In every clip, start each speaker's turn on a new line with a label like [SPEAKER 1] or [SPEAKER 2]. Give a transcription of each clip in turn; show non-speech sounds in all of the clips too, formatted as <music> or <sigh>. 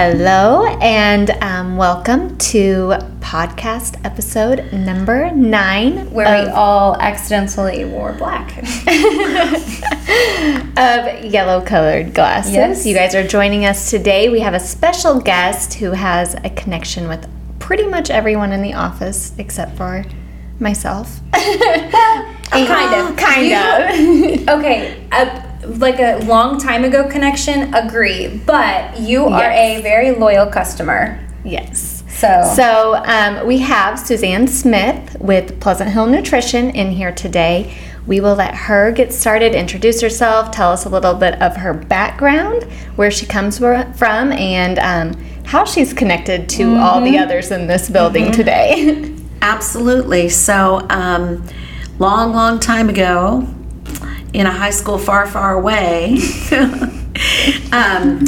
[SPEAKER 1] Hello, and um, welcome to podcast episode number nine,
[SPEAKER 2] where we
[SPEAKER 1] of-
[SPEAKER 2] all accidentally wore black.
[SPEAKER 1] of yellow colored glasses.
[SPEAKER 2] Yes.
[SPEAKER 1] You guys are joining us today. We have a special guest who has a connection with pretty much everyone in the office except for
[SPEAKER 2] <laughs>
[SPEAKER 1] myself. <laughs>
[SPEAKER 2] kind of,
[SPEAKER 1] Kind
[SPEAKER 2] <laughs> You- okay, a, like a long time ago connection, agree, but you are
[SPEAKER 1] Yes.
[SPEAKER 2] a very loyal customer.
[SPEAKER 1] Yes.
[SPEAKER 2] So,
[SPEAKER 1] So um, we have Suzanne Smith with Pleasant Hill Nutrition in here today. We will let her get started, introduce herself, tell us a little bit of her background, where she comes wor- from, and um, how she's connected to all
[SPEAKER 2] Mm-hmm.
[SPEAKER 1] the others in this building today.
[SPEAKER 3] Absolutely. So, um, long, long time ago, in a high school far, far away, <laughs> um,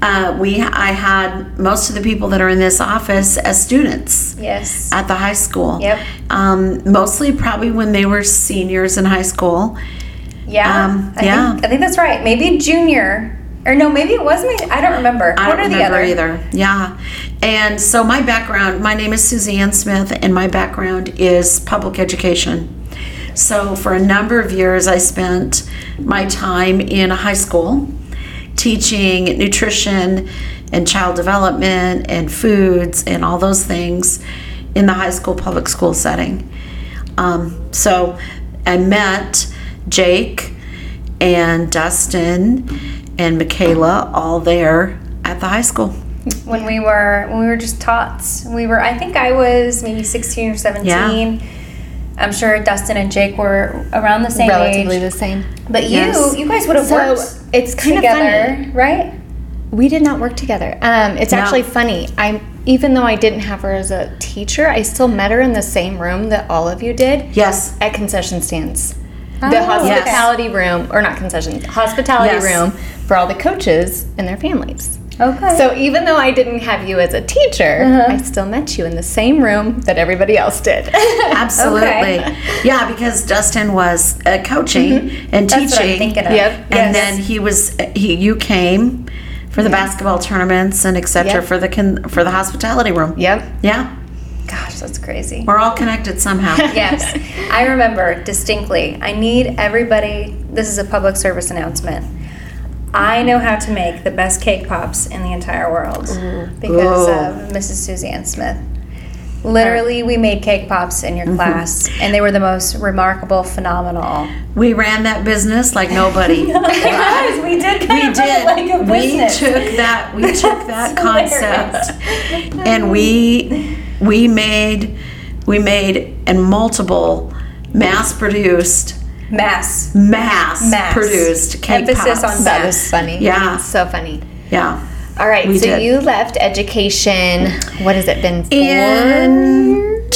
[SPEAKER 3] uh, we I had most of the people that are in this office as students
[SPEAKER 2] <laughs> yes.
[SPEAKER 3] at the high school.
[SPEAKER 2] Yep.
[SPEAKER 3] Um, mostly, probably when they were seniors in high school.
[SPEAKER 2] Yeah.
[SPEAKER 3] um,
[SPEAKER 2] I
[SPEAKER 3] yeah.
[SPEAKER 2] Think, I think that's right. Maybe junior. Or no, maybe it was me. I don't remember.
[SPEAKER 3] I
[SPEAKER 2] One
[SPEAKER 3] don't
[SPEAKER 2] or the
[SPEAKER 3] remember
[SPEAKER 2] other.
[SPEAKER 3] either. Yeah. And so my background, my name is Suzanne Smith, and my background is public education. So for a number of years, I spent my time in a high school teaching nutrition and child development and foods and all those things in the high school public school setting. Um, so I met Jake and Dustin and Michaela all there at the high school.
[SPEAKER 2] When we were when we were just tots. We were I think I was maybe sixteen or seventeen. I'm sure Dustin and Jake were around the same
[SPEAKER 1] Relatively
[SPEAKER 2] age.
[SPEAKER 1] the same.
[SPEAKER 2] But you
[SPEAKER 3] Yes.
[SPEAKER 2] you guys would have
[SPEAKER 1] So
[SPEAKER 2] worked
[SPEAKER 1] it's kind of funny.
[SPEAKER 2] together, right?
[SPEAKER 1] We did not work together. Um, it's
[SPEAKER 3] No.
[SPEAKER 1] actually funny. I even though I didn't have her as a teacher, I still met her in the same room that all of you did
[SPEAKER 3] Yes.
[SPEAKER 1] at concession stands. The
[SPEAKER 2] yes.
[SPEAKER 1] hospitality room, or not concession, hospitality
[SPEAKER 3] Oh, Yes.
[SPEAKER 1] room for all the coaches and their families.
[SPEAKER 2] Okay.
[SPEAKER 1] So even though I didn't have you as a teacher,
[SPEAKER 3] Uh-huh.
[SPEAKER 1] I still met you in the same room that everybody else did.
[SPEAKER 3] <laughs> Absolutely.
[SPEAKER 2] <laughs> Okay.
[SPEAKER 3] Yeah, because Dustin was uh, coaching
[SPEAKER 2] Mm-hmm.
[SPEAKER 3] and teaching.
[SPEAKER 2] That's what I'm thinking of.
[SPEAKER 1] Yep.
[SPEAKER 3] And
[SPEAKER 2] Yes. Mm-hmm.
[SPEAKER 3] then he was he you came for the basketball tournaments and etc
[SPEAKER 1] Yep.
[SPEAKER 3] for the con- for the hospitality room.
[SPEAKER 1] yep.
[SPEAKER 3] Yeah.
[SPEAKER 2] Gosh, that's crazy.
[SPEAKER 3] We're all connected
[SPEAKER 2] <laughs>
[SPEAKER 3] somehow.
[SPEAKER 2] yes. I remember distinctly. I need everybody, this is a public service announcement. I know how to make the best cake pops in the entire world because of Mrs. Suzanne Smith. Literally, we made cake pops in your class, and they were the most remarkable, <laughs> phenomenal.
[SPEAKER 3] we ran that business like
[SPEAKER 2] <laughs>
[SPEAKER 3] nobody.
[SPEAKER 2] Guys, <laughs> we did kind
[SPEAKER 3] we
[SPEAKER 2] of run
[SPEAKER 3] did.
[SPEAKER 2] it like a
[SPEAKER 3] we
[SPEAKER 2] business.
[SPEAKER 3] took that. We took that
[SPEAKER 2] hilarious.
[SPEAKER 3] concept, and we we made we made and multiple mass-produced,
[SPEAKER 2] Mass.
[SPEAKER 3] mass
[SPEAKER 2] Mass.
[SPEAKER 3] produced cake
[SPEAKER 2] Emphasis
[SPEAKER 3] pops.
[SPEAKER 2] on
[SPEAKER 1] That was funny.
[SPEAKER 3] Yeah.
[SPEAKER 1] So funny.
[SPEAKER 3] Yeah.
[SPEAKER 1] All right,
[SPEAKER 3] We
[SPEAKER 1] so
[SPEAKER 3] did.
[SPEAKER 1] you left education. What has it been for?
[SPEAKER 3] In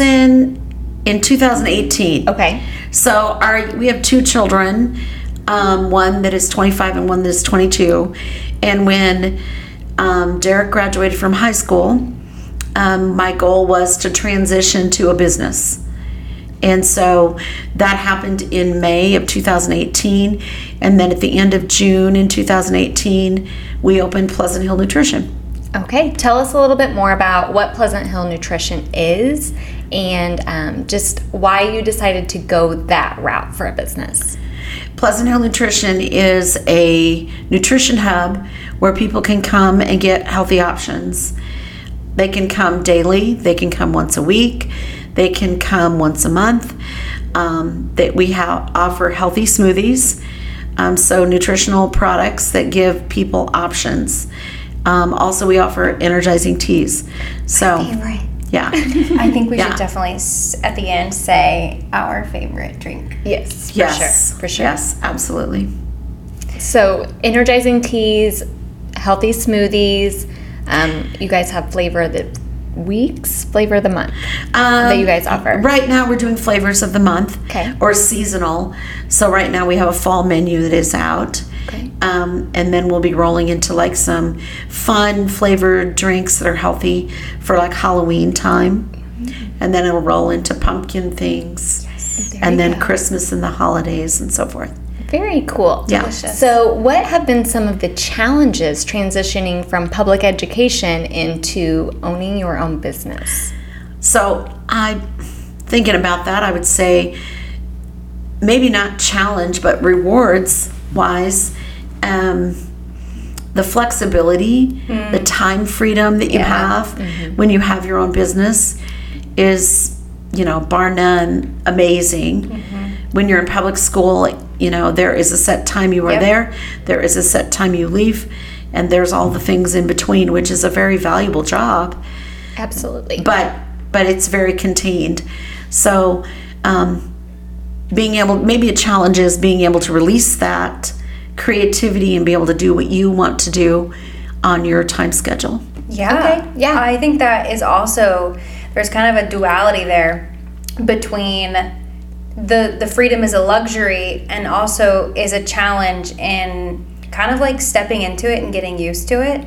[SPEAKER 3] 2000, in 2018.
[SPEAKER 1] okay.
[SPEAKER 3] So our we have two children, um, one that is 25 and one that is 22. And when um, Derek graduated from high school, um, my goal was to transition to a business. And so that happened in May of 2018. And then at the end of June in 2018, we opened Pleasant Hill Nutrition.
[SPEAKER 1] Okay, tell us a little bit more about what Pleasant Hill Nutrition is and um, just why you decided to go that route for a business.
[SPEAKER 3] Pleasant Hill Nutrition is a nutrition hub where people can come and get healthy options. They can come daily, they can come once a week, they can come once a month. Um, that we have offer healthy smoothies, um, so nutritional products that give people options. Um, also, we offer energizing teas. So,
[SPEAKER 1] <laughs>
[SPEAKER 3] yeah,
[SPEAKER 2] I think we
[SPEAKER 3] Yeah.
[SPEAKER 2] should definitely, s- at the end, say our favorite drink.
[SPEAKER 1] Yes, for
[SPEAKER 3] yes,
[SPEAKER 1] sure. For sure.
[SPEAKER 3] yes, absolutely.
[SPEAKER 1] So, energizing teas, healthy smoothies. Um, you guys have flavor of the weeks, flavor of the month that you
[SPEAKER 3] Um,
[SPEAKER 1] guys offer.
[SPEAKER 3] Right now, we're doing flavors of the month
[SPEAKER 1] Okay.
[SPEAKER 3] or seasonal. So, right now, we have a fall menu that is out.
[SPEAKER 1] Okay.
[SPEAKER 3] Um, and then we'll be rolling into like some fun flavored drinks that are healthy for like Halloween time.
[SPEAKER 1] Mm-hmm.
[SPEAKER 3] And then it'll roll into pumpkin things and then Christmas and the holidays and so forth.
[SPEAKER 1] Very cool.
[SPEAKER 3] Yeah.
[SPEAKER 2] Delicious.
[SPEAKER 1] So, what have been some of the challenges transitioning from public education into owning your own business?
[SPEAKER 3] So I, thinking about that, I would say maybe not challenge, but rewards wise, um, the flexibility, the time freedom that you have when you have your own business is, you know, bar none, amazing. When you're in public school, you know, there is a set time you are there, there is a set time you leave, and there's all the things in between, which is a very valuable job
[SPEAKER 1] Absolutely.
[SPEAKER 3] but but it's very contained. So um, being able maybe a challenge is being able to release that creativity and be able to do what you want to do on your time schedule.
[SPEAKER 2] Yeah.
[SPEAKER 1] Okay, yeah.
[SPEAKER 2] I think that is also there's kind of a duality there between the the freedom is a luxury and also is a challenge in kind of like stepping into it and getting used to it.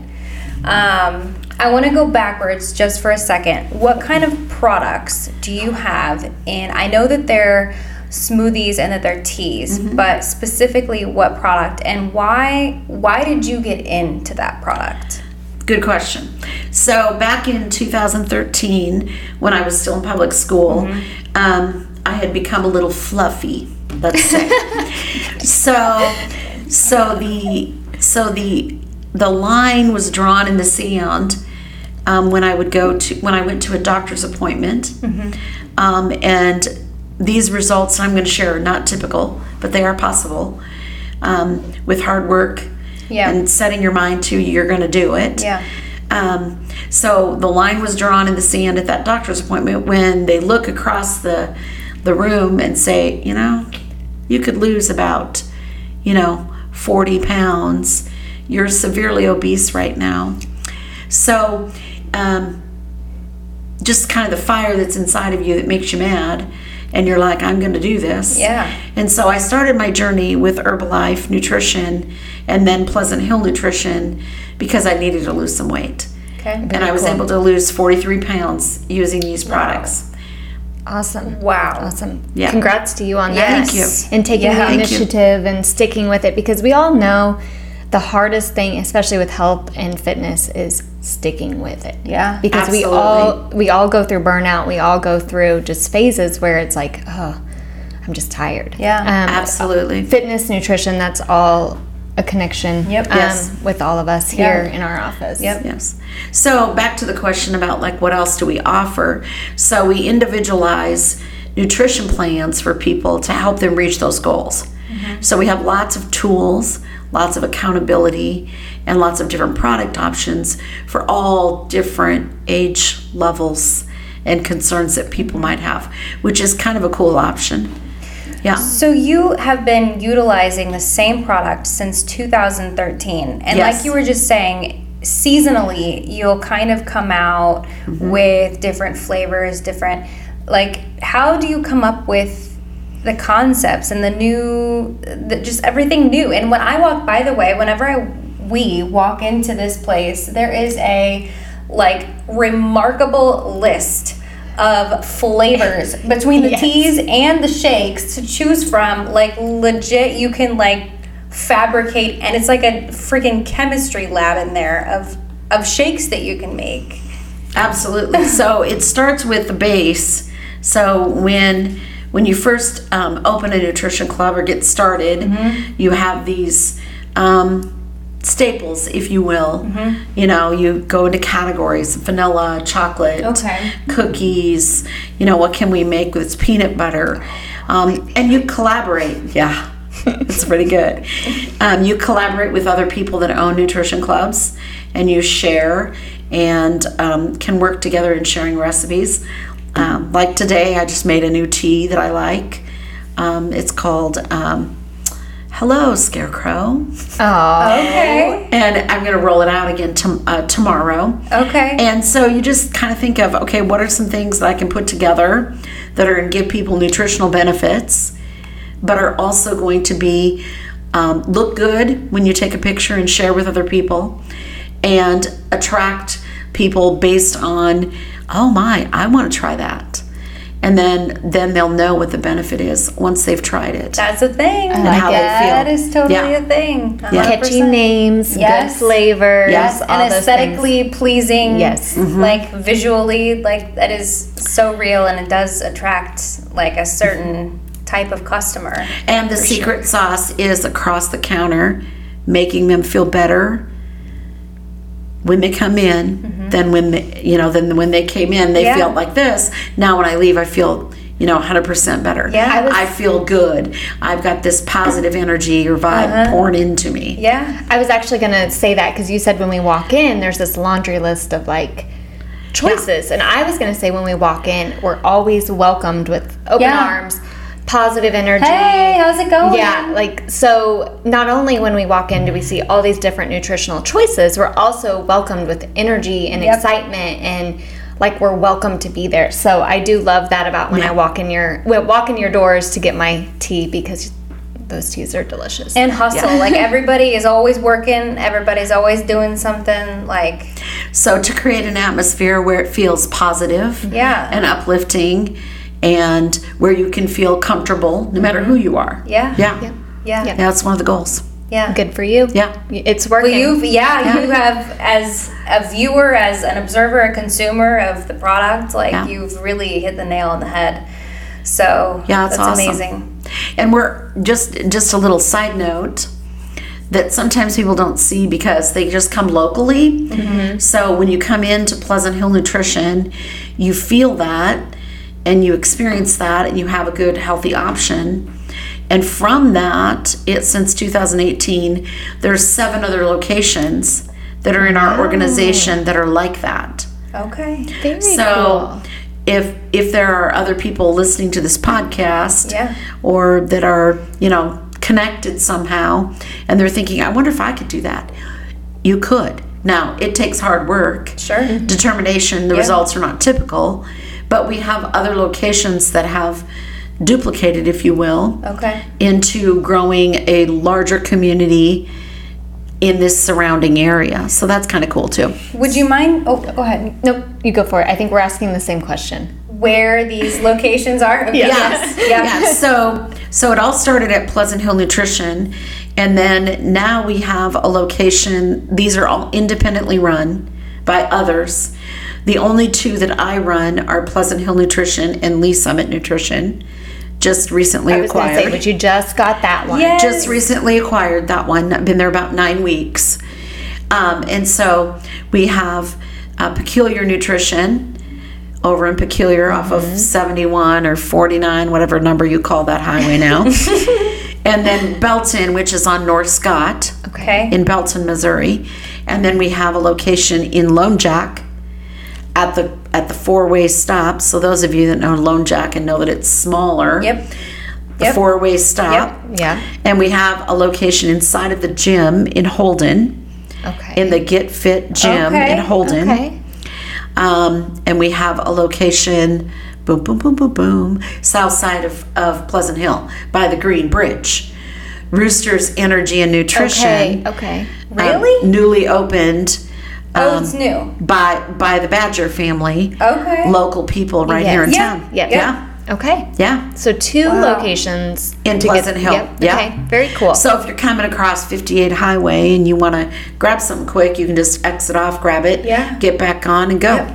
[SPEAKER 2] Um, I want to go backwards just for a second. What kind of products do you have? And I know that they're smoothies and that they're teas, but specifically what product and why why did you get into that product?
[SPEAKER 3] Good question. So back in 2013, when I was still in public school, um, I had become a little fluffy. Let's say. so, so the so the the line was drawn in the sand um, when I would go to when I went to a doctor's appointment, um, and these results I'm going to share are not typical, but they are possible um, with hard work
[SPEAKER 2] Yeah.
[SPEAKER 3] and setting your mind to you're going to do it.
[SPEAKER 2] Yeah.
[SPEAKER 3] Um, so the line was drawn in the sand at that doctor's appointment when they look across the the room and say, you know, you could lose about, you know, 40 pounds. You're severely obese right now. So, um, just kind of the fire that's inside of you that makes you mad, and you're like, I'm going to do this.
[SPEAKER 2] Yeah.
[SPEAKER 3] And so I started my journey with Herbalife Nutrition and then Pleasant Hill Nutrition because I needed to lose some weight.
[SPEAKER 2] Okay.
[SPEAKER 3] And I was able to lose 43 pounds using these products.
[SPEAKER 1] Awesome.
[SPEAKER 2] Wow.
[SPEAKER 1] Awesome.
[SPEAKER 3] Yeah.
[SPEAKER 1] Congrats to you on that.
[SPEAKER 2] Yes. Thank
[SPEAKER 1] And taking
[SPEAKER 2] Yeah.
[SPEAKER 1] the
[SPEAKER 3] Thank you.
[SPEAKER 1] initiative and sticking with it because we all know the hardest thing, especially with health and fitness, is sticking with it.
[SPEAKER 2] Yeah.
[SPEAKER 1] Because we all we all go through burnout. We all go through just phases where it's like, oh, I'm just tired.
[SPEAKER 2] Yeah.
[SPEAKER 1] Um,
[SPEAKER 3] Absolutely.
[SPEAKER 1] fitness, nutrition, that's all a connection
[SPEAKER 2] Yep.
[SPEAKER 1] um,
[SPEAKER 2] Yes.
[SPEAKER 1] with all of us here in our office.
[SPEAKER 2] Yep.
[SPEAKER 3] Yes. So back to the question about like what else do we offer? So we individualize nutrition plans for people to help them reach those goals. So we have lots of tools, lots of accountability, and lots of different product options for all different age levels and concerns that people might have, which is kind of a cool option. Yeah.
[SPEAKER 2] So you have been utilizing the same product since 2013. And
[SPEAKER 3] Yes.
[SPEAKER 2] like you were just saying, seasonally you'll kind of come out with different flavors, different like how do you come up with the concepts and the new the, just everything new. And when I walk by the way, whenever I we walk into this place, there is a like remarkable list of flavors between the teas and the shakes to choose from. Like legit, you can like fabricate, and it's like a freaking chemistry lab in there of of shakes that you can make.
[SPEAKER 3] Absolutely. So it starts with the base. So when when you first um, open a nutrition club or get started, you have these um, staples, if you will. You know, you go into categories: vanilla, chocolate,
[SPEAKER 2] Okay.
[SPEAKER 3] cookies. You know, what can we make with peanut butter? Um, and you collaborate. <laughs> Yeah, it's pretty good. Um, you collaborate with other people that own nutrition clubs, and you share and um, can work together in sharing recipes. Um, like today, I just made a new tea that I like. Um, it's called um, Hello Scarecrow,
[SPEAKER 1] Oh,
[SPEAKER 2] Okay.
[SPEAKER 3] and I'm going to roll it out again tom uh, tomorrow.
[SPEAKER 2] Okay.
[SPEAKER 3] And so you just kind of think of, okay, what are some things that I can put together that are going to give people nutritional benefits, but are also going to be um, look good when you take a picture and share with other people, and attract people based on, oh my, I want to try that. and then then they'll know what the benefit is once they've tried it.
[SPEAKER 2] That's a thing.
[SPEAKER 1] I like
[SPEAKER 3] how they
[SPEAKER 1] it.
[SPEAKER 3] feel.
[SPEAKER 2] That is totally
[SPEAKER 3] Yeah.
[SPEAKER 2] a thing. A hundred
[SPEAKER 1] Catchy
[SPEAKER 2] percent.
[SPEAKER 1] names,
[SPEAKER 2] Yes.
[SPEAKER 1] good flavors,
[SPEAKER 3] Yes,
[SPEAKER 1] all
[SPEAKER 2] and
[SPEAKER 1] those things.
[SPEAKER 2] aesthetically pleasing.
[SPEAKER 1] Yes. Mm-hmm.
[SPEAKER 2] Like visually, like that is so real and it does attract like a certain type of customer.
[SPEAKER 3] And the secret sauce is across the counter, making them feel better when they come in than when they, you know than when they came in they
[SPEAKER 2] Mm-hmm. Yeah.
[SPEAKER 3] feel like this. Now when I leave, I feel you know 100% better.
[SPEAKER 2] Yeah. I
[SPEAKER 3] I,
[SPEAKER 2] was-
[SPEAKER 3] feel good. I've got this positive energy or vibe
[SPEAKER 2] Uh-huh.
[SPEAKER 3] pouring into me.
[SPEAKER 2] Yeah.
[SPEAKER 1] I was actually going to say that because you said when we walk in, there's this laundry list of like choices. And I was going to say when we walk in, we're always welcomed with open
[SPEAKER 2] Yeah.
[SPEAKER 1] arms, positive energy.
[SPEAKER 2] Hey, how's it going?
[SPEAKER 1] Yeah, like so not only when we walk in do we see all these different nutritional choices, we're also welcomed with energy and
[SPEAKER 2] Yep.
[SPEAKER 1] excitement and like we're welcome to be there. So I do love that about when I walk in your well, walk in your doors to get my tea because those teas are delicious.
[SPEAKER 2] And hustle.
[SPEAKER 1] <laughs>
[SPEAKER 2] Like everybody is always working, everybody's always doing something like
[SPEAKER 3] So to create an atmosphere where it feels positive
[SPEAKER 2] Yeah.
[SPEAKER 3] and uplifting and where you can feel comfortable no matter who you are.
[SPEAKER 2] Yeah.
[SPEAKER 3] Yeah.
[SPEAKER 2] yeah. Yeah.
[SPEAKER 3] That's one of the goals.
[SPEAKER 1] Good for you.
[SPEAKER 3] Yeah.
[SPEAKER 1] It's working.
[SPEAKER 2] Well, you've yeah, you have as a viewer, as an observer, a consumer of the product, like
[SPEAKER 3] Yeah.
[SPEAKER 2] you've really hit the nail on the head. So
[SPEAKER 3] Yeah, it's
[SPEAKER 2] that's
[SPEAKER 3] awesome.
[SPEAKER 2] amazing.
[SPEAKER 3] And we're just just a little side note that sometimes people don't see because they just come locally. So when you come into Pleasant Hill Nutrition, you feel that and you experience that and you have a good healthy option. And from that, it since 2018, there's seven other locations that are in our organization that are like that
[SPEAKER 2] Okay.
[SPEAKER 1] Very
[SPEAKER 3] so
[SPEAKER 1] cool.
[SPEAKER 3] if if there are other people listening to this podcast
[SPEAKER 2] Yeah.
[SPEAKER 3] or that are you know connected somehow and they're thinking i wonder if i could do that you could now it takes hard work
[SPEAKER 2] Sure.
[SPEAKER 3] determination the results are not typical but we have other locations that have duplicated if you will
[SPEAKER 2] Okay.
[SPEAKER 3] into growing a larger community in this surrounding area so that's kind of cool too
[SPEAKER 2] Would you mind? Oh, go ahead.
[SPEAKER 1] Nope, you go for it. I think we're asking the same question.
[SPEAKER 2] Where these locations are? Okay.
[SPEAKER 3] Yes.
[SPEAKER 2] Yeah.
[SPEAKER 3] yes. So so it all started at Pleasant Hill Nutrition and then now we have a location these are all independently run by others. The only two that I run are Pleasant Hill Nutrition and Lee Summit Nutrition. Just recently
[SPEAKER 1] I was going to
[SPEAKER 3] acquired.
[SPEAKER 1] say, but you just got that one.
[SPEAKER 2] Yes.
[SPEAKER 3] just recently acquired that one. I've been there about nine weeks. Um, and so we have uh, Peculiar Nutrition over in Peculiar off
[SPEAKER 2] Mm-hmm.
[SPEAKER 3] of 71 or 49, whatever number you call that highway now.
[SPEAKER 2] <laughs>
[SPEAKER 3] and then Belton, which is on North Scott
[SPEAKER 2] okay.
[SPEAKER 3] in Belton, Missouri. And then we have a location in Lone Jack at the at the four-way stop. So those of you that know Lone Jack and know that it's smaller.
[SPEAKER 2] Yep.
[SPEAKER 3] The
[SPEAKER 2] Yep.
[SPEAKER 3] four-way stop.
[SPEAKER 1] Yeah.
[SPEAKER 3] And we have a location inside of the gym in Holden,
[SPEAKER 1] Okay.
[SPEAKER 3] in the Get Fit Gym in
[SPEAKER 2] Okay,
[SPEAKER 3] Holden.
[SPEAKER 1] okay.
[SPEAKER 3] Um, and we have a location, boom, boom, boom, boom, boom, south side of, of Pleasant Hill by the Green Bridge. Roosters Energy and Nutrition.
[SPEAKER 1] Okay. Okay.
[SPEAKER 3] um,
[SPEAKER 2] Really?
[SPEAKER 3] newly opened
[SPEAKER 2] oh,
[SPEAKER 3] um,
[SPEAKER 2] it's new.
[SPEAKER 3] by by the Badger family.
[SPEAKER 2] Okay.
[SPEAKER 3] Local people right here in
[SPEAKER 1] Yes.
[SPEAKER 2] Yeah.
[SPEAKER 3] town.
[SPEAKER 1] Yes.
[SPEAKER 3] Yeah.
[SPEAKER 1] Okay.
[SPEAKER 3] Yeah.
[SPEAKER 1] So two locations
[SPEAKER 3] In
[SPEAKER 1] to get-
[SPEAKER 3] Pleasant Hill.
[SPEAKER 1] Yep.
[SPEAKER 3] Yeah.
[SPEAKER 1] Okay. Very cool.
[SPEAKER 3] So if you're coming across 58 Highway and you want to grab something quick, you can just exit off, grab it,
[SPEAKER 2] Yeah.
[SPEAKER 3] get back on, and go.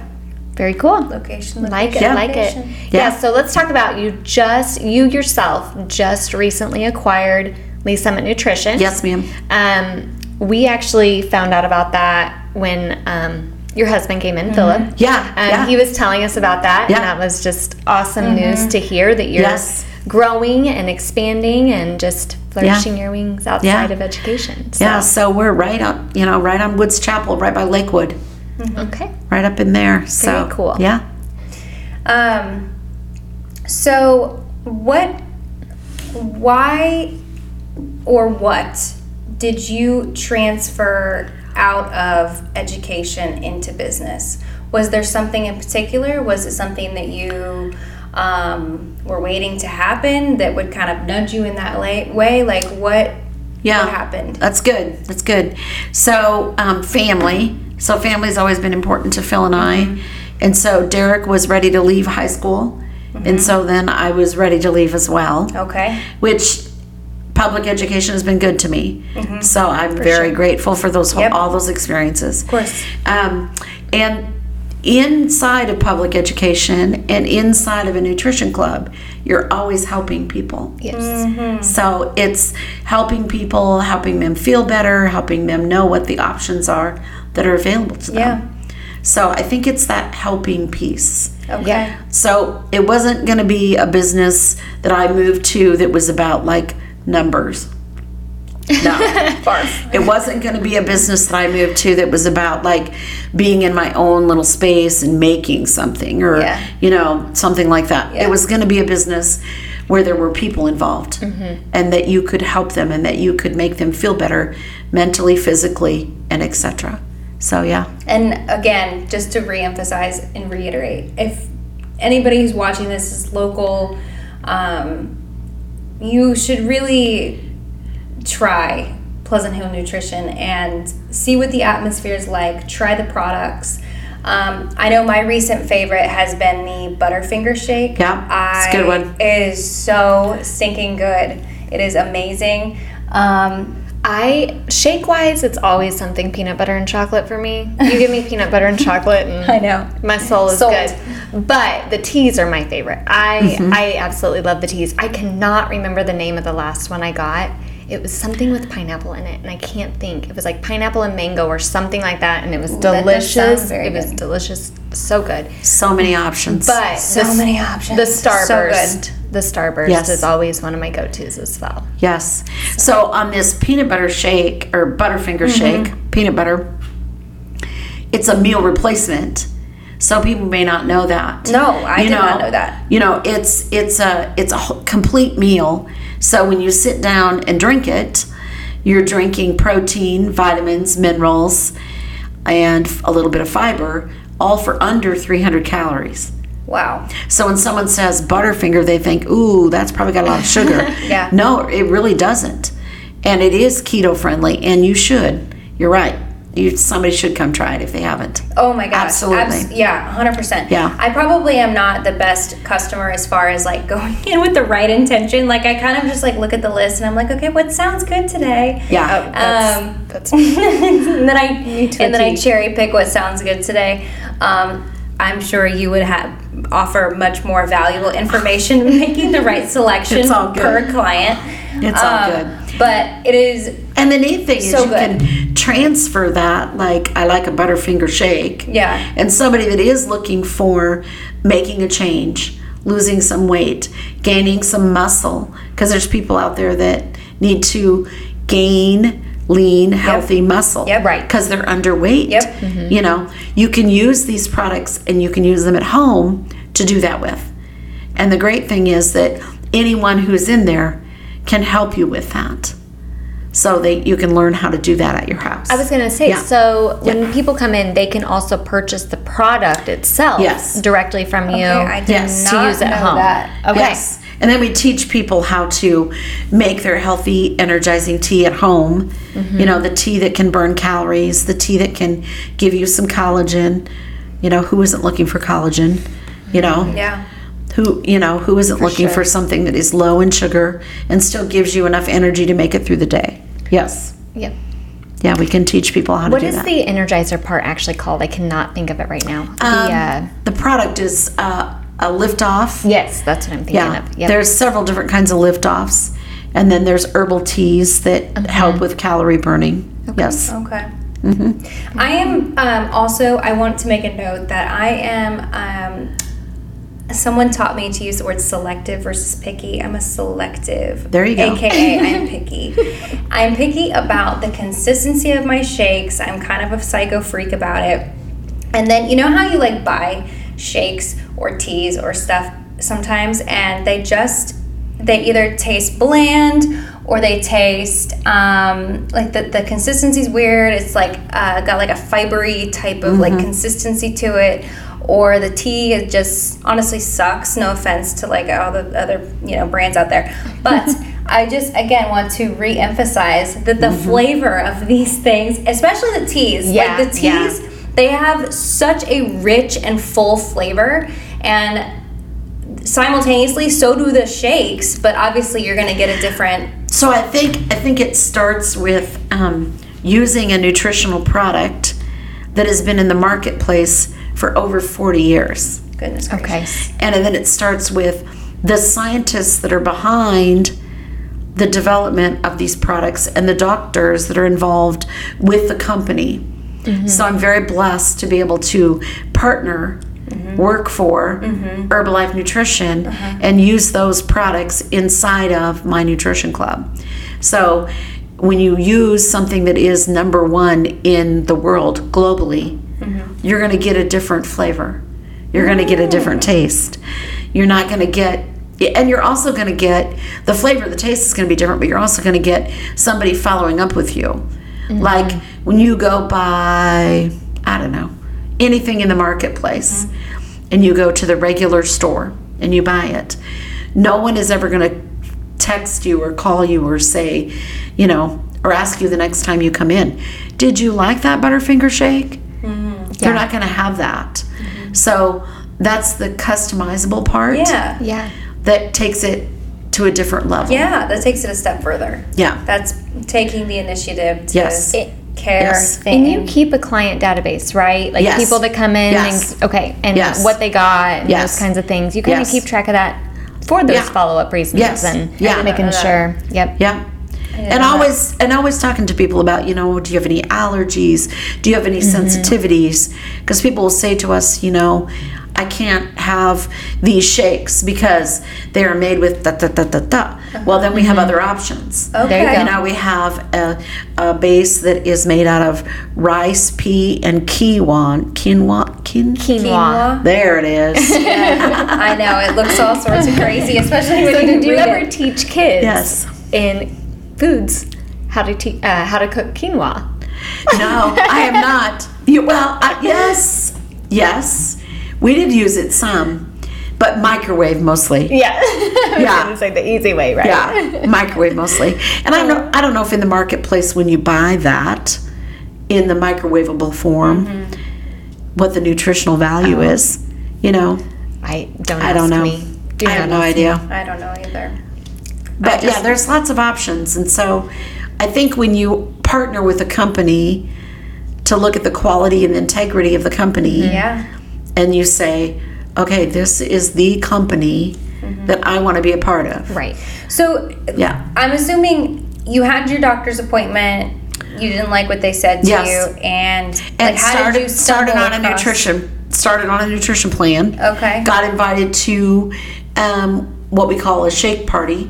[SPEAKER 1] very cool.
[SPEAKER 2] Location.
[SPEAKER 1] Like it.
[SPEAKER 2] location,
[SPEAKER 1] Like it.
[SPEAKER 2] location.
[SPEAKER 1] Yeah.
[SPEAKER 3] Yeah.
[SPEAKER 1] So let's talk about you. Just you yourself just recently acquired Lee Summit Nutrition.
[SPEAKER 3] Yes, ma'am.
[SPEAKER 1] Um, we actually found out about that when um, your husband came in, Philip.
[SPEAKER 3] Yeah,
[SPEAKER 1] Um,
[SPEAKER 3] yeah.
[SPEAKER 1] He was telling us about that,
[SPEAKER 3] Yeah. Mm-hmm.
[SPEAKER 1] and that was just awesome news to hear that you're
[SPEAKER 3] Yes.
[SPEAKER 1] growing and expanding and just flourishing your wings outside
[SPEAKER 3] Yeah.
[SPEAKER 1] of education. So,
[SPEAKER 3] Yeah, so we're right up, you know, right on Woods Chapel, right by Lakewood,
[SPEAKER 1] Okay.
[SPEAKER 3] right up in there. So
[SPEAKER 1] Very cool.
[SPEAKER 3] Yeah.
[SPEAKER 2] Um, so what, why, or what did you transfer out of education into business? Was there something in particular? Was it something that you um, were waiting to happen that would kind of nudge you in that la- way? Like what,
[SPEAKER 3] Yeah.
[SPEAKER 2] what happened?
[SPEAKER 3] That's good. That's good. So, um, family. So,
[SPEAKER 1] Mm-hmm.
[SPEAKER 3] family's always been important to Phil and I. And so, Derek was ready to leave high school.
[SPEAKER 1] Mm-hmm.
[SPEAKER 3] And so then I was ready to leave as well,
[SPEAKER 2] Okay.
[SPEAKER 3] which public education has been good to me. So I'm very grateful for those
[SPEAKER 2] Yep.
[SPEAKER 3] all those experiences. Of
[SPEAKER 2] course.
[SPEAKER 3] Um, and inside of public education and inside of a nutrition club, you're always helping people.
[SPEAKER 1] Yes.
[SPEAKER 3] Mm. So it's helping people, helping them feel better, helping them know what the options are that are available to them. So I think it's that helping piece.
[SPEAKER 2] Okay.
[SPEAKER 1] Yeah.
[SPEAKER 3] So it wasn't going to be a business that I moved to that was about like numbers.
[SPEAKER 2] <laughs>
[SPEAKER 3] No.
[SPEAKER 2] Barf.
[SPEAKER 3] it wasn't going to be a business that I moved to that was about like being in my own little space and making something or,
[SPEAKER 2] Yeah.
[SPEAKER 3] you know, something like that.
[SPEAKER 2] Yeah.
[SPEAKER 3] It was going to be a business where there were people involved
[SPEAKER 2] Mm-hmm.
[SPEAKER 3] and that you could help them and that you could make them feel better mentally, physically, and etc. So, yeah.
[SPEAKER 2] And again, just to reemphasize and reiterate, if anybody who's watching this is local, um, you should really try Pleasant Hill Nutrition and see what the atmosphere is like. Try the products. Um, I know my recent favorite has been the Butterfinger Shake.
[SPEAKER 3] Yeah,
[SPEAKER 2] I,
[SPEAKER 3] it's a good one.
[SPEAKER 2] It is so stinking good. It is amazing. Um,
[SPEAKER 1] I shake wise, it's always something peanut butter and chocolate for me. You give me peanut butter and chocolate,
[SPEAKER 3] <laughs>
[SPEAKER 1] and
[SPEAKER 2] I know.
[SPEAKER 1] my soul is
[SPEAKER 2] Sold. Mm-hmm.
[SPEAKER 1] good. But the teas are my favorite. I I absolutely love the teas. I cannot remember the name of the last one I got. It was something with pineapple in it, and I can't think. It was like pineapple and mango or something like that, and it was
[SPEAKER 2] does sound
[SPEAKER 1] delicious.
[SPEAKER 2] very
[SPEAKER 1] It was
[SPEAKER 2] good.
[SPEAKER 1] delicious, so good.
[SPEAKER 3] So many options.
[SPEAKER 1] But
[SPEAKER 2] So
[SPEAKER 1] the, s-
[SPEAKER 2] many options.
[SPEAKER 1] The
[SPEAKER 2] So
[SPEAKER 1] starburst, the starburst
[SPEAKER 3] Yes.
[SPEAKER 1] is always one of my go-tos as well.
[SPEAKER 3] Yes. So on this peanut butter shake or Butterfinger
[SPEAKER 2] Mm-hmm.
[SPEAKER 3] shake, peanut butter, it's a meal replacement. So people may not know that.
[SPEAKER 2] No, I did not know that.
[SPEAKER 3] You know, it's it's a it's a whole- complete meal. So when you sit down and drink it, you're drinking protein, vitamins, minerals, and a little bit of fiber, all for under 300 calories.
[SPEAKER 2] Wow.
[SPEAKER 3] So when someone says Butterfinger, they think, ooh, that's probably got a lot of sugar.
[SPEAKER 2] <laughs> Yeah.
[SPEAKER 3] No, it really doesn't. And it is keto friendly, and you should. You're right. You, somebody should come try it if they haven't.
[SPEAKER 2] Oh my gosh.
[SPEAKER 3] Absolutely.
[SPEAKER 2] yeah, 100%.
[SPEAKER 3] Yeah.
[SPEAKER 2] I probably am not the best customer as far as like <laughs> going in with the right intention. Like I kind of just like look at the list and I'm like, okay, what sounds good today?
[SPEAKER 3] Yeah.
[SPEAKER 2] Um,
[SPEAKER 1] Oh, That's
[SPEAKER 2] and then I
[SPEAKER 1] to
[SPEAKER 2] and
[SPEAKER 1] a
[SPEAKER 2] then I
[SPEAKER 1] T.
[SPEAKER 2] cherry pick what sounds good today. Um, I'm sure you would have offer much more valuable information making the
[SPEAKER 3] <laughs>
[SPEAKER 2] right selection
[SPEAKER 3] It's all good.
[SPEAKER 2] per client. Um,
[SPEAKER 3] It's all good.
[SPEAKER 2] But it is
[SPEAKER 3] And the neat thing is
[SPEAKER 2] Uh, So
[SPEAKER 3] you
[SPEAKER 2] good.
[SPEAKER 3] can transfer that, like I like a Butterfinger shake.
[SPEAKER 2] Yeah.
[SPEAKER 3] And somebody that is looking for making a change, losing some weight, gaining some muscle, because there's people out there that need to gain lean, healthy muscle.
[SPEAKER 2] Yep.
[SPEAKER 1] Right. Mm-hmm.
[SPEAKER 3] Because they're underweight.
[SPEAKER 2] Yep.
[SPEAKER 3] You know, you can use these products and you can use them at home to do that with. And the great thing is that anyone who's in there can help you with that so that you can learn how to do that at your house.
[SPEAKER 1] I was going to say,
[SPEAKER 3] Yeah.
[SPEAKER 1] so when people come in, they can also purchase the product itself
[SPEAKER 3] Yes.
[SPEAKER 1] directly from you
[SPEAKER 2] Okay, I did
[SPEAKER 3] Yes.
[SPEAKER 1] to
[SPEAKER 2] not
[SPEAKER 1] use at
[SPEAKER 2] know
[SPEAKER 1] home.
[SPEAKER 2] that.
[SPEAKER 1] Okay.
[SPEAKER 3] Yes. And then we teach people how to make their healthy, energizing tea at home. You know, the tea that can burn calories, the tea that can give you some collagen. You know, who isn't looking for collagen? You know?
[SPEAKER 2] Yeah.
[SPEAKER 3] Who you know, who isn't looking
[SPEAKER 2] sure.
[SPEAKER 3] for something that is low in sugar and still gives you enough energy to make it through the day. Yes.
[SPEAKER 1] Yep.
[SPEAKER 3] Yeah, we can teach people how
[SPEAKER 1] What
[SPEAKER 3] to do
[SPEAKER 1] is
[SPEAKER 3] that.
[SPEAKER 1] the energizer part actually called? I cannot think of it right now. the, uh,
[SPEAKER 3] the product is uh, a lift off.
[SPEAKER 1] yes, that's what I'm thinking
[SPEAKER 3] Yeah.
[SPEAKER 1] of. Yep.
[SPEAKER 3] There's several different kinds of lift offs. And then there's herbal teas that help with calorie burning. Yes.
[SPEAKER 2] Okay.
[SPEAKER 3] Mm-hmm.
[SPEAKER 2] I am um, also, I want to make a note that I am, um, someone taught me to use the word selective versus picky. I'm a selective.
[SPEAKER 3] There you go.
[SPEAKER 2] AKA, I'm
[SPEAKER 3] <laughs>
[SPEAKER 2] picky. I'm picky about the consistency of my shakes. I'm kind of a psycho freak about it. And then, you know how you like buy shakes or teas or stuff sometimes and they just, they either taste bland or they taste um, like the, the consistency's weird. It's like uh, got like a fibery type of
[SPEAKER 1] Mm-hmm.
[SPEAKER 2] like consistency to it. Or the tea it just honestly sucks. No offense to like all the other you know brands out there, but
[SPEAKER 1] <laughs>
[SPEAKER 2] I just again want to reemphasize that the flavor of these things, especially the teas,
[SPEAKER 1] Mm-hmm. Yeah,
[SPEAKER 2] like the teas,
[SPEAKER 1] yeah.
[SPEAKER 2] they have such a rich and full flavor, and simultaneously. So do the shakes, but obviously you're going to get a different.
[SPEAKER 3] So I think I think it starts with um, using a nutritional product that has been in the marketplace for over 40 years,
[SPEAKER 2] Goodness gracious.
[SPEAKER 1] Okay.
[SPEAKER 3] and then it starts with the scientists that are behind the development of these products and the doctors that are involved with the company. So I'm very blessed to be able to partner. Work for Herbalife Nutrition and use those products inside of my nutrition club. So, when you use something that is number one in the world globally, you're going to get a different flavor. You're going to get a different taste. You're not going to get, and you're also going to get the flavor, the taste is going to be different, but you're also going to get somebody following up with you. Like when you go buy, I don't know, anything in the marketplace and you go to the regular store and you buy it, no one is ever going to text you or call you or say, you know, or ask you the next time you come in, did you like that Butterfinger shake? They're not going to have that. So that's the customizable part
[SPEAKER 2] Mm-hmm. Yeah.
[SPEAKER 1] Yeah.
[SPEAKER 3] that takes it to a different level.
[SPEAKER 2] Yeah. That takes it a step further.
[SPEAKER 3] Yeah.
[SPEAKER 2] That's taking the initiative to
[SPEAKER 3] Yes.
[SPEAKER 2] care.
[SPEAKER 3] Yes.
[SPEAKER 2] Thing.
[SPEAKER 1] And you keep a client database, right? Like
[SPEAKER 3] Yes.
[SPEAKER 1] people that come in
[SPEAKER 3] Yes.
[SPEAKER 1] and okay, and
[SPEAKER 3] Yes.
[SPEAKER 1] what they got and
[SPEAKER 3] Yes.
[SPEAKER 1] those kinds of things. You kind of
[SPEAKER 3] Yes.
[SPEAKER 1] keep track of that for those
[SPEAKER 3] Yeah.
[SPEAKER 1] follow-up reasons
[SPEAKER 3] Yes.
[SPEAKER 1] and
[SPEAKER 3] Yeah.
[SPEAKER 1] making sure. Yep.
[SPEAKER 3] Yeah. And always and always talking to people about, you know, do you have any allergies? Do you have any
[SPEAKER 2] Mm-hmm.
[SPEAKER 3] sensitivities? Because people will say to us, you know, I can't have these shakes because they are made with da da da da da. Well, then we
[SPEAKER 2] Mm-hmm.
[SPEAKER 3] have other options.
[SPEAKER 2] Okay.
[SPEAKER 1] There you go.
[SPEAKER 3] And now we have a, a base that is made out of rice, pea, and quinoa. Quinoa, quin.
[SPEAKER 1] Quinoa.
[SPEAKER 2] Quinoa.
[SPEAKER 3] There it <laughs> is.
[SPEAKER 2] I know it looks all sorts of
[SPEAKER 1] <laughs>
[SPEAKER 2] crazy, especially when
[SPEAKER 1] So
[SPEAKER 2] you
[SPEAKER 1] did you
[SPEAKER 2] read
[SPEAKER 1] ever
[SPEAKER 2] it.
[SPEAKER 1] teach kids
[SPEAKER 3] Yes.
[SPEAKER 1] in foods how to te- uh, how to cook quinoa?
[SPEAKER 3] No, I am not. You, well, I, yes, yes. We did use it some, but microwave mostly. <laughs>
[SPEAKER 1] <laughs> Yeah.
[SPEAKER 3] Yeah.
[SPEAKER 1] it's like the easy way, right?
[SPEAKER 3] Yeah, microwave mostly. And I know I don't know if in the marketplace when you buy that in the microwavable form, what the nutritional value is. You know,
[SPEAKER 1] I don't
[SPEAKER 3] I
[SPEAKER 1] ask
[SPEAKER 3] don't know.
[SPEAKER 1] me. Do
[SPEAKER 3] I have
[SPEAKER 1] not
[SPEAKER 3] no
[SPEAKER 1] ask
[SPEAKER 3] idea.
[SPEAKER 2] I don't know either.
[SPEAKER 3] But yeah, there's lots of options. And so I think when you partner with a company to look at the quality and integrity of the company,
[SPEAKER 2] Mm-hmm. Yeah.
[SPEAKER 3] and you say, okay, this is the company
[SPEAKER 2] Mm-hmm.
[SPEAKER 3] that I want to be a part of.
[SPEAKER 1] me. Right.
[SPEAKER 2] So
[SPEAKER 3] Yeah.
[SPEAKER 2] I'm assuming you had your doctor's appointment. You didn't like what they said to
[SPEAKER 3] Yes.
[SPEAKER 2] you, and, like,
[SPEAKER 3] And
[SPEAKER 2] how
[SPEAKER 3] started,
[SPEAKER 2] did you
[SPEAKER 3] started
[SPEAKER 2] stumble
[SPEAKER 3] on a
[SPEAKER 2] across-
[SPEAKER 3] nutrition started on a nutrition plan.
[SPEAKER 2] Okay.
[SPEAKER 3] Got invited to um, what we call a shake party,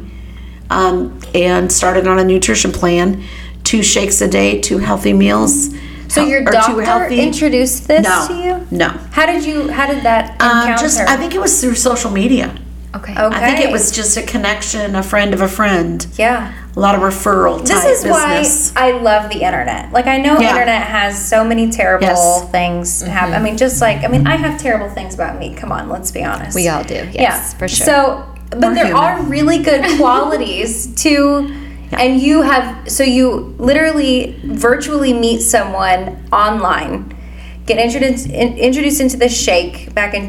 [SPEAKER 3] um, and started on a nutrition plan: two shakes a day, two healthy meals.
[SPEAKER 2] So your
[SPEAKER 3] or two
[SPEAKER 2] doctor
[SPEAKER 3] healthy-
[SPEAKER 2] introduced this
[SPEAKER 3] no,
[SPEAKER 2] to you.
[SPEAKER 3] No.
[SPEAKER 2] How did you? How did that encounter?
[SPEAKER 3] Um, just I think it was through social media.
[SPEAKER 1] Okay.
[SPEAKER 2] okay.
[SPEAKER 3] I think it was just a connection, a friend of a friend.
[SPEAKER 2] Yeah.
[SPEAKER 3] A lot of referral.
[SPEAKER 2] This
[SPEAKER 3] type
[SPEAKER 2] is
[SPEAKER 3] business.
[SPEAKER 2] why I love the internet. Like I know
[SPEAKER 3] Yeah.
[SPEAKER 2] internet has so many terrible
[SPEAKER 3] Yes. Mm-hmm.
[SPEAKER 2] things happen. I mean, just like I mean, I have terrible things about me. Come on, let's be honest.
[SPEAKER 1] We all do. Yes, for sure.
[SPEAKER 2] So, but
[SPEAKER 3] We're
[SPEAKER 2] there
[SPEAKER 3] human.
[SPEAKER 2] are really good
[SPEAKER 3] <laughs>
[SPEAKER 2] qualities to, and you have so you literally virtually meet someone online, get introduced in, introduced into the shake back in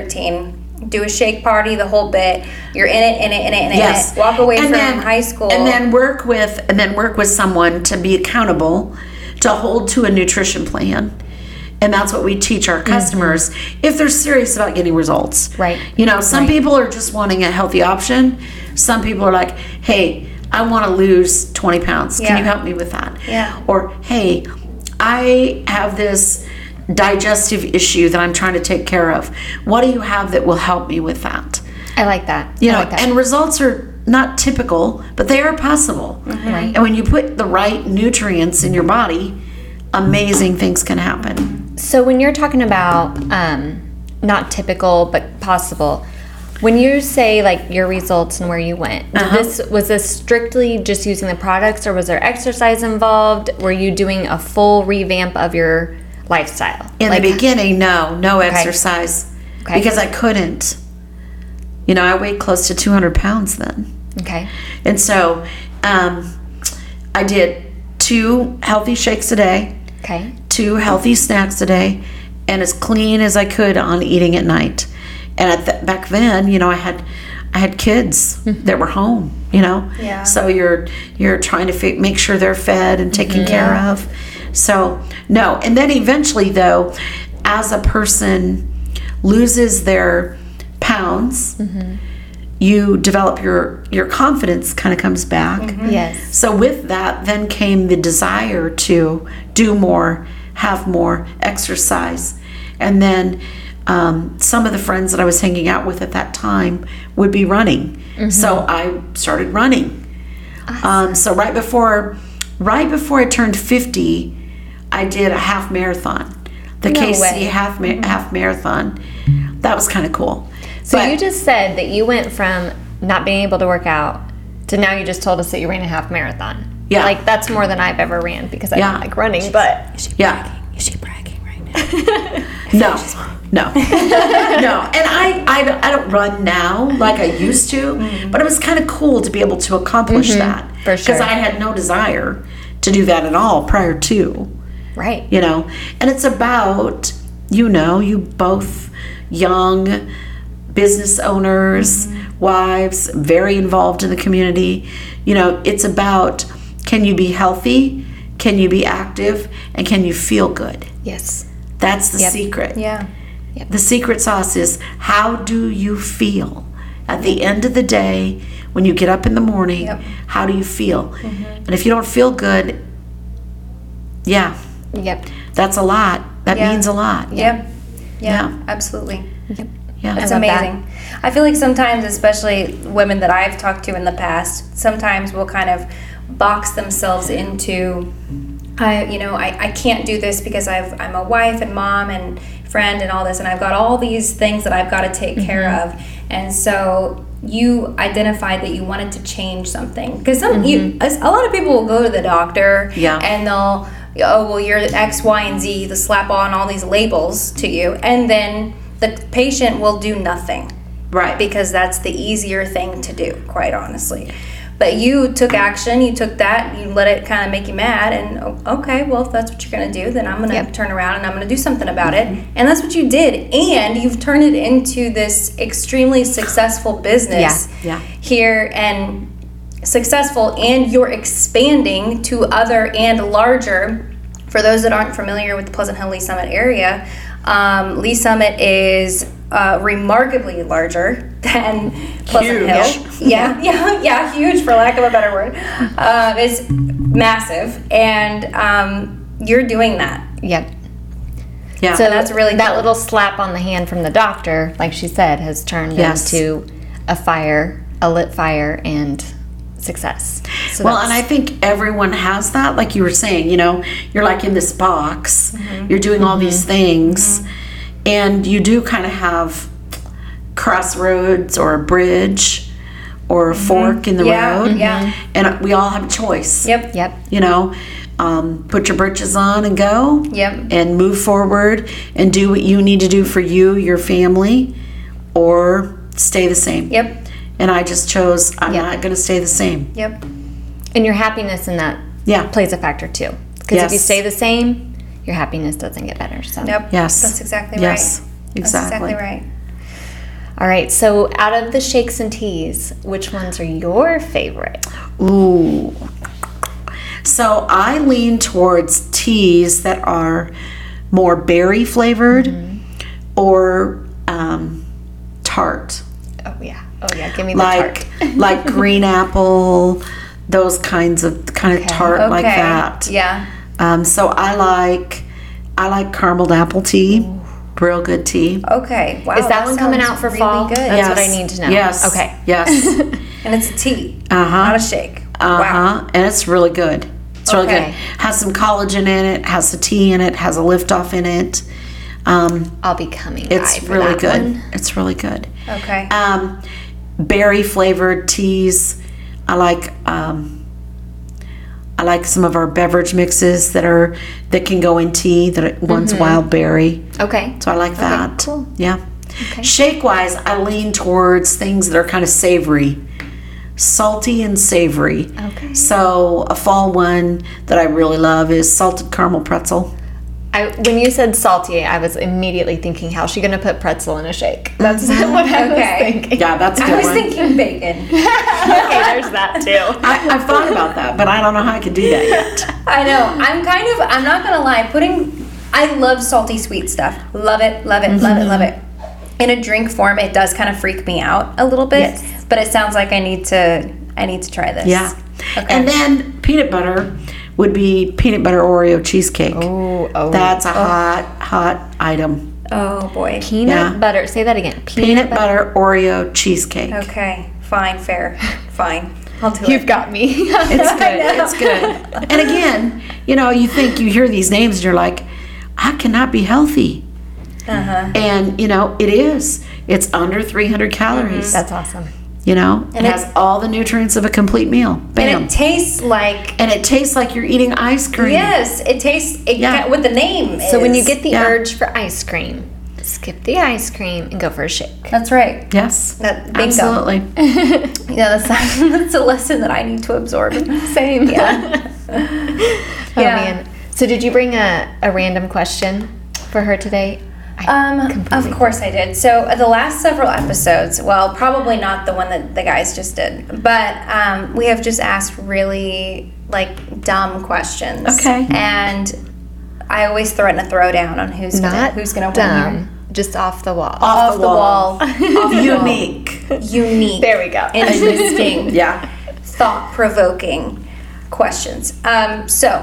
[SPEAKER 2] 2013. Do a shake party, the whole bit. You're in it, in it, in it, in
[SPEAKER 3] yes
[SPEAKER 2] it. Walk away from high school.
[SPEAKER 3] and then work with and then work with someone to be accountable to hold to a nutrition plan and that's what we teach our
[SPEAKER 2] Mm-hmm.
[SPEAKER 3] customers if they're serious about getting results
[SPEAKER 1] Right.
[SPEAKER 3] you know some people are just wanting a healthy option some people are like hey i want to lose 20 pounds can
[SPEAKER 2] Yeah.
[SPEAKER 3] you help me with that
[SPEAKER 2] Yeah.
[SPEAKER 3] or hey i have this digestive issue that i'm trying to take care of what do you have that will help me with that
[SPEAKER 1] I like that.
[SPEAKER 3] you
[SPEAKER 1] I
[SPEAKER 3] know,
[SPEAKER 1] like that.
[SPEAKER 3] and results are not typical, but they are possible.
[SPEAKER 1] Right.
[SPEAKER 3] And when you put the right nutrients in your body, amazing things can happen.
[SPEAKER 1] So when you're talking about um, not typical but possible, when you say like your results and where you went,
[SPEAKER 3] Uh-huh.
[SPEAKER 1] did this was this strictly just using the products, or was there exercise involved? Were you doing a full revamp of your lifestyle?
[SPEAKER 3] In
[SPEAKER 1] like,
[SPEAKER 3] the beginning, no, no exercise
[SPEAKER 1] Okay.
[SPEAKER 3] because I couldn't. You know, I weighed close to 200 pounds then.
[SPEAKER 1] okay,
[SPEAKER 3] And so um, I did two healthy shakes a day,
[SPEAKER 1] okay,
[SPEAKER 3] two healthy snacks a day, and as clean as I could on eating at night. And at the, back then, you know, I had I had kids that were home. You know,
[SPEAKER 2] Yeah.
[SPEAKER 3] so you're you're trying to fi- make sure they're fed and taken care of. So no, and then eventually though, as a person loses their pounds, you develop your your confidence kind of comes back.
[SPEAKER 1] Yes.
[SPEAKER 3] So, with that, then came the desire to do more, have more, exercise. And then um, some of the friends that I was hanging out with at that time would be running.
[SPEAKER 1] Mm-hmm.
[SPEAKER 3] So, I started running. Um, so, right before, right before I turned 50, I did a half marathon, the KC
[SPEAKER 1] way. Mm-hmm.
[SPEAKER 3] half ma- half marathon. That was kind of cool.
[SPEAKER 1] So
[SPEAKER 3] But-
[SPEAKER 1] you just said that you went from not being able to work out to now you just told us that you ran a half marathon.
[SPEAKER 3] Yeah.
[SPEAKER 1] Like that's more than I've ever ran because I
[SPEAKER 3] Yeah.
[SPEAKER 1] don't like running, but
[SPEAKER 3] yeah.
[SPEAKER 4] Is she bragging right now?
[SPEAKER 3] No, no, no. And I, I, don't- I don't run now like I used to, but it was kind of cool to be able to accomplish that.
[SPEAKER 1] Mm. Mm-hmm, for
[SPEAKER 3] Because
[SPEAKER 1] sure.
[SPEAKER 3] I had no desire to do that at all prior to,
[SPEAKER 1] right.
[SPEAKER 3] you know. And it's about, you know, you both young business owners,
[SPEAKER 1] Mm-hmm.
[SPEAKER 3] wives, very involved in the community. You know, it's about can you be healthy, can you be active, and can you feel good?
[SPEAKER 1] Yes.
[SPEAKER 3] That's the secret.
[SPEAKER 2] Yeah.
[SPEAKER 3] The secret sauce is how do you feel at the end of the day when you get up in the morning?
[SPEAKER 2] Yep. Mm-hmm.
[SPEAKER 3] How do you feel? And if you don't feel good, yeah,
[SPEAKER 1] Yep.
[SPEAKER 3] that's a lot. That
[SPEAKER 2] Yeah.
[SPEAKER 3] means a lot.
[SPEAKER 2] Yep. Yeah,
[SPEAKER 3] Yeah.
[SPEAKER 2] absolutely.
[SPEAKER 3] Yeah.
[SPEAKER 2] That's
[SPEAKER 1] I love that.
[SPEAKER 2] amazing. I feel like sometimes, especially women that I've talked to in the past, sometimes will kind of box themselves into, I, you know, I, I can't do this because I've, I'm a wife and mom and friend and all this, and I've got all these things that I've got to take care of. And so you identified that you wanted to change something because some you, a lot of people will go to the doctor
[SPEAKER 3] Yeah.
[SPEAKER 2] and they'll oh well you're x y and z they slap on all these labels to you and then the patient will do nothing
[SPEAKER 3] Right.
[SPEAKER 2] because that's the easier thing to do quite honestly but you took action you took that you let it kind of make you mad and oh, okay well if that's what you're going to do then i'm going to turn around and i'm going to do something about it
[SPEAKER 3] Mm-hmm.
[SPEAKER 2] and that's what you did and you've turned it into this extremely successful business
[SPEAKER 3] Yeah, yeah.
[SPEAKER 2] here and successful and you're expanding to other and larger for those that aren't familiar with the pleasant hill lee summit area um, lee summit is uh, remarkably larger <laughs> than pleasant
[SPEAKER 3] Huge.
[SPEAKER 2] hill yeah, <laughs> yeah, yeah, huge for lack of a better word. Uh, it's massive, and um, you're doing that.
[SPEAKER 1] Yep.
[SPEAKER 3] Yeah.
[SPEAKER 1] So
[SPEAKER 2] that's really
[SPEAKER 1] that
[SPEAKER 2] cool.
[SPEAKER 1] little slap on the hand from the doctor, like she said, has turned
[SPEAKER 3] Yes.
[SPEAKER 1] into a fire, a lit fire, and success. So
[SPEAKER 3] well,
[SPEAKER 1] that's-
[SPEAKER 3] and I think everyone has that. Like you were saying, you know, you're like in this box,
[SPEAKER 2] Mm-hmm.
[SPEAKER 3] you're doing all these things, and you do kind of have crossroads or a bridge or a fork in the
[SPEAKER 2] Mm-hmm. Yeah,
[SPEAKER 3] road. Mm-hmm.
[SPEAKER 2] yeah.
[SPEAKER 3] And we all have a choice.
[SPEAKER 2] Yep.
[SPEAKER 1] yep.
[SPEAKER 3] You know, um, put your britches on and go.
[SPEAKER 2] Yep.
[SPEAKER 3] And move forward and do what you need to do for you, your family, or stay the same.
[SPEAKER 2] Yep.
[SPEAKER 3] And I just chose, I'm
[SPEAKER 1] Yep.
[SPEAKER 3] not going to stay the same.
[SPEAKER 2] Yep.
[SPEAKER 1] And your happiness in that
[SPEAKER 3] Yeah.
[SPEAKER 1] plays a factor too. Because if you
[SPEAKER 3] Yes.
[SPEAKER 1] stay the same, your happiness doesn't get better. So,
[SPEAKER 2] Yep.
[SPEAKER 3] Yes.
[SPEAKER 2] That's exactly
[SPEAKER 3] Yes.
[SPEAKER 2] right. That's
[SPEAKER 3] Exactly.
[SPEAKER 2] exactly right.
[SPEAKER 1] all right. So, out of the shakes and teas, which ones are your favorite?
[SPEAKER 3] Ooh. So I lean towards teas that are more berry flavored
[SPEAKER 1] Mm-hmm.
[SPEAKER 3] or um, tart,
[SPEAKER 1] Oh yeah. Oh yeah. Give me the
[SPEAKER 3] like
[SPEAKER 1] tart. <laughs>
[SPEAKER 3] like green apple, those kinds of kind of tart like
[SPEAKER 2] Okay.
[SPEAKER 3] that.
[SPEAKER 2] Yeah.
[SPEAKER 3] Um, so I like I like carameled apple tea, real good tea.
[SPEAKER 2] Okay. Wow.
[SPEAKER 1] Is that, one coming out for
[SPEAKER 2] really
[SPEAKER 1] fall?
[SPEAKER 2] Good.
[SPEAKER 1] Oh, That's what I need to know.
[SPEAKER 3] Yes.
[SPEAKER 1] Okay. <laughs>
[SPEAKER 3] Yes.
[SPEAKER 2] And it's a tea,
[SPEAKER 3] Uh huh.
[SPEAKER 2] not a shake.
[SPEAKER 3] Uh
[SPEAKER 2] Wow.
[SPEAKER 3] huh. And it's really good. It's really
[SPEAKER 1] Okay.
[SPEAKER 3] good. Has some collagen in it. Has a tea in it. Has a liftoff in it. Um,
[SPEAKER 1] I'll be coming. by
[SPEAKER 3] it's
[SPEAKER 1] for
[SPEAKER 3] really
[SPEAKER 1] that
[SPEAKER 3] good.
[SPEAKER 1] one.
[SPEAKER 3] It's really good.
[SPEAKER 2] Okay.
[SPEAKER 3] Um, berry flavored teas. I like. Um, I like some of our beverage mixes that are that can go in tea. That are, one's
[SPEAKER 1] Mm-hmm.
[SPEAKER 3] wild berry.
[SPEAKER 1] Okay.
[SPEAKER 3] So I like that.
[SPEAKER 1] cool.
[SPEAKER 3] Yeah. Shake wise, I lean towards things that are kind of savory, salty and savory.
[SPEAKER 1] Okay.
[SPEAKER 3] So a fall one that I really love is salted caramel pretzel.
[SPEAKER 1] I, when you said salty, I was immediately thinking, how's she going to put pretzel in a shake? <laughs>
[SPEAKER 3] <laughs>
[SPEAKER 1] That's what I
[SPEAKER 2] Okay.
[SPEAKER 1] was thinking.
[SPEAKER 3] Yeah, that's a good
[SPEAKER 2] I was
[SPEAKER 3] one.
[SPEAKER 2] thinking
[SPEAKER 1] <laughs>
[SPEAKER 2] bacon.
[SPEAKER 1] okay, there's that too.
[SPEAKER 3] I, I've thought about that, but I don't know how I could do that yet.
[SPEAKER 2] I know. I'm kind of. I'm not gonna lie. Putting. I love salty sweet stuff. Love it. Love it. Love it. Love it. In a drink form, it does kind of freak me out a little bit.
[SPEAKER 1] Yes.
[SPEAKER 2] But it sounds like I need to. I need to try this.
[SPEAKER 3] Yeah.
[SPEAKER 2] Okay.
[SPEAKER 3] And then peanut butter would be peanut butter Oreo cheesecake.
[SPEAKER 1] Oh, oh.
[SPEAKER 3] That's a hot, hot item.
[SPEAKER 2] oh boy.
[SPEAKER 1] peanut
[SPEAKER 3] yeah.
[SPEAKER 1] butter. Say that again.
[SPEAKER 3] Peanut butter Oreo cheesecake.
[SPEAKER 2] Okay. Fine. Fair. Fine. I'll do
[SPEAKER 1] You've
[SPEAKER 2] it.
[SPEAKER 1] got <laughs> me.
[SPEAKER 2] <laughs>
[SPEAKER 3] It's good. It's good. And again, you know, you think you hear these names and you're like, I cannot be healthy.
[SPEAKER 2] Uh-huh.
[SPEAKER 3] And, you know, it is. It's under 300 calories,
[SPEAKER 1] That's awesome.
[SPEAKER 3] you know, it
[SPEAKER 2] Mm-hmm. And
[SPEAKER 3] has
[SPEAKER 2] it-
[SPEAKER 3] all the nutrients of a complete meal. Bam.
[SPEAKER 2] And it tastes like.
[SPEAKER 3] tastes like you're eating ice cream.
[SPEAKER 2] Yes. It tastes. It
[SPEAKER 3] Mm. Yeah.
[SPEAKER 2] yeah. With the name.
[SPEAKER 1] So when you
[SPEAKER 2] is.
[SPEAKER 1] get the
[SPEAKER 3] yeah.
[SPEAKER 1] urge for ice cream, skip the ice cream and go for a shake.
[SPEAKER 2] That's right.
[SPEAKER 3] Yes.
[SPEAKER 2] That bingo.
[SPEAKER 3] Absolutely.
[SPEAKER 2] Yeah, that's, <laughs> that's a lesson that I need to absorb.
[SPEAKER 1] Same. Yeah. oh
[SPEAKER 2] Yeah.
[SPEAKER 1] man. So did you bring a, a random question for her today? I
[SPEAKER 2] <laughs> Um, of
[SPEAKER 1] completely-
[SPEAKER 2] course I did. So uh, the last several episodes, well, probably not the one that the guys just did, but um, we have just asked really like dumb questions.
[SPEAKER 3] Okay.
[SPEAKER 2] And I always threaten a throwdown on who's gonna
[SPEAKER 1] not
[SPEAKER 2] who's gonna win Oh. here.
[SPEAKER 1] dumb, just off the wall.
[SPEAKER 2] Off the wall, <laughs>
[SPEAKER 3] Unique.
[SPEAKER 2] unique,
[SPEAKER 1] There we go.
[SPEAKER 2] interesting,
[SPEAKER 3] Yeah.
[SPEAKER 2] thought provoking questions. Um, so,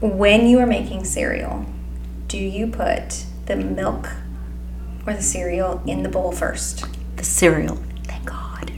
[SPEAKER 2] when you are making cereal, do you put the milk or the cereal in the bowl first?
[SPEAKER 3] The cereal.
[SPEAKER 2] Thank God.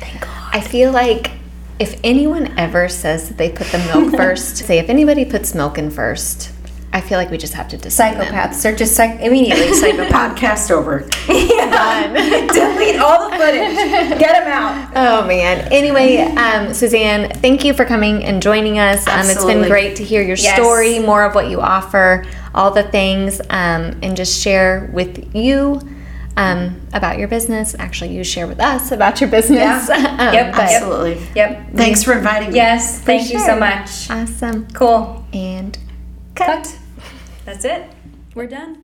[SPEAKER 2] Thank God.
[SPEAKER 1] I feel like if anyone ever says that they put the
[SPEAKER 2] <laughs>
[SPEAKER 1] milk first, say if anybody puts milk in first, I feel like we just have to disown them.
[SPEAKER 2] Psychopaths are just psych- immediately
[SPEAKER 3] <laughs>
[SPEAKER 2] psychopaths.
[SPEAKER 3] Podcast over.
[SPEAKER 2] Delete all the footage. Get them out.
[SPEAKER 1] Oh man. Anyway, um, Suzanne, thank you for coming and joining us. Um, it's been
[SPEAKER 3] Absolutely.
[SPEAKER 1] great to hear your
[SPEAKER 2] Yes.
[SPEAKER 1] story, more of what you offer, all the things, um, and just share with you um, about your business. Actually, you share with us about your business.
[SPEAKER 2] Yeah.
[SPEAKER 1] <laughs> Um,
[SPEAKER 2] Yep.
[SPEAKER 1] but-
[SPEAKER 3] Absolutely.
[SPEAKER 2] Yep.
[SPEAKER 3] Thanks for inviting me.
[SPEAKER 2] Yes. Thank you so
[SPEAKER 1] sure.
[SPEAKER 2] much.
[SPEAKER 1] Awesome.
[SPEAKER 2] Cool.
[SPEAKER 1] And
[SPEAKER 2] Cut. That's it. We're done.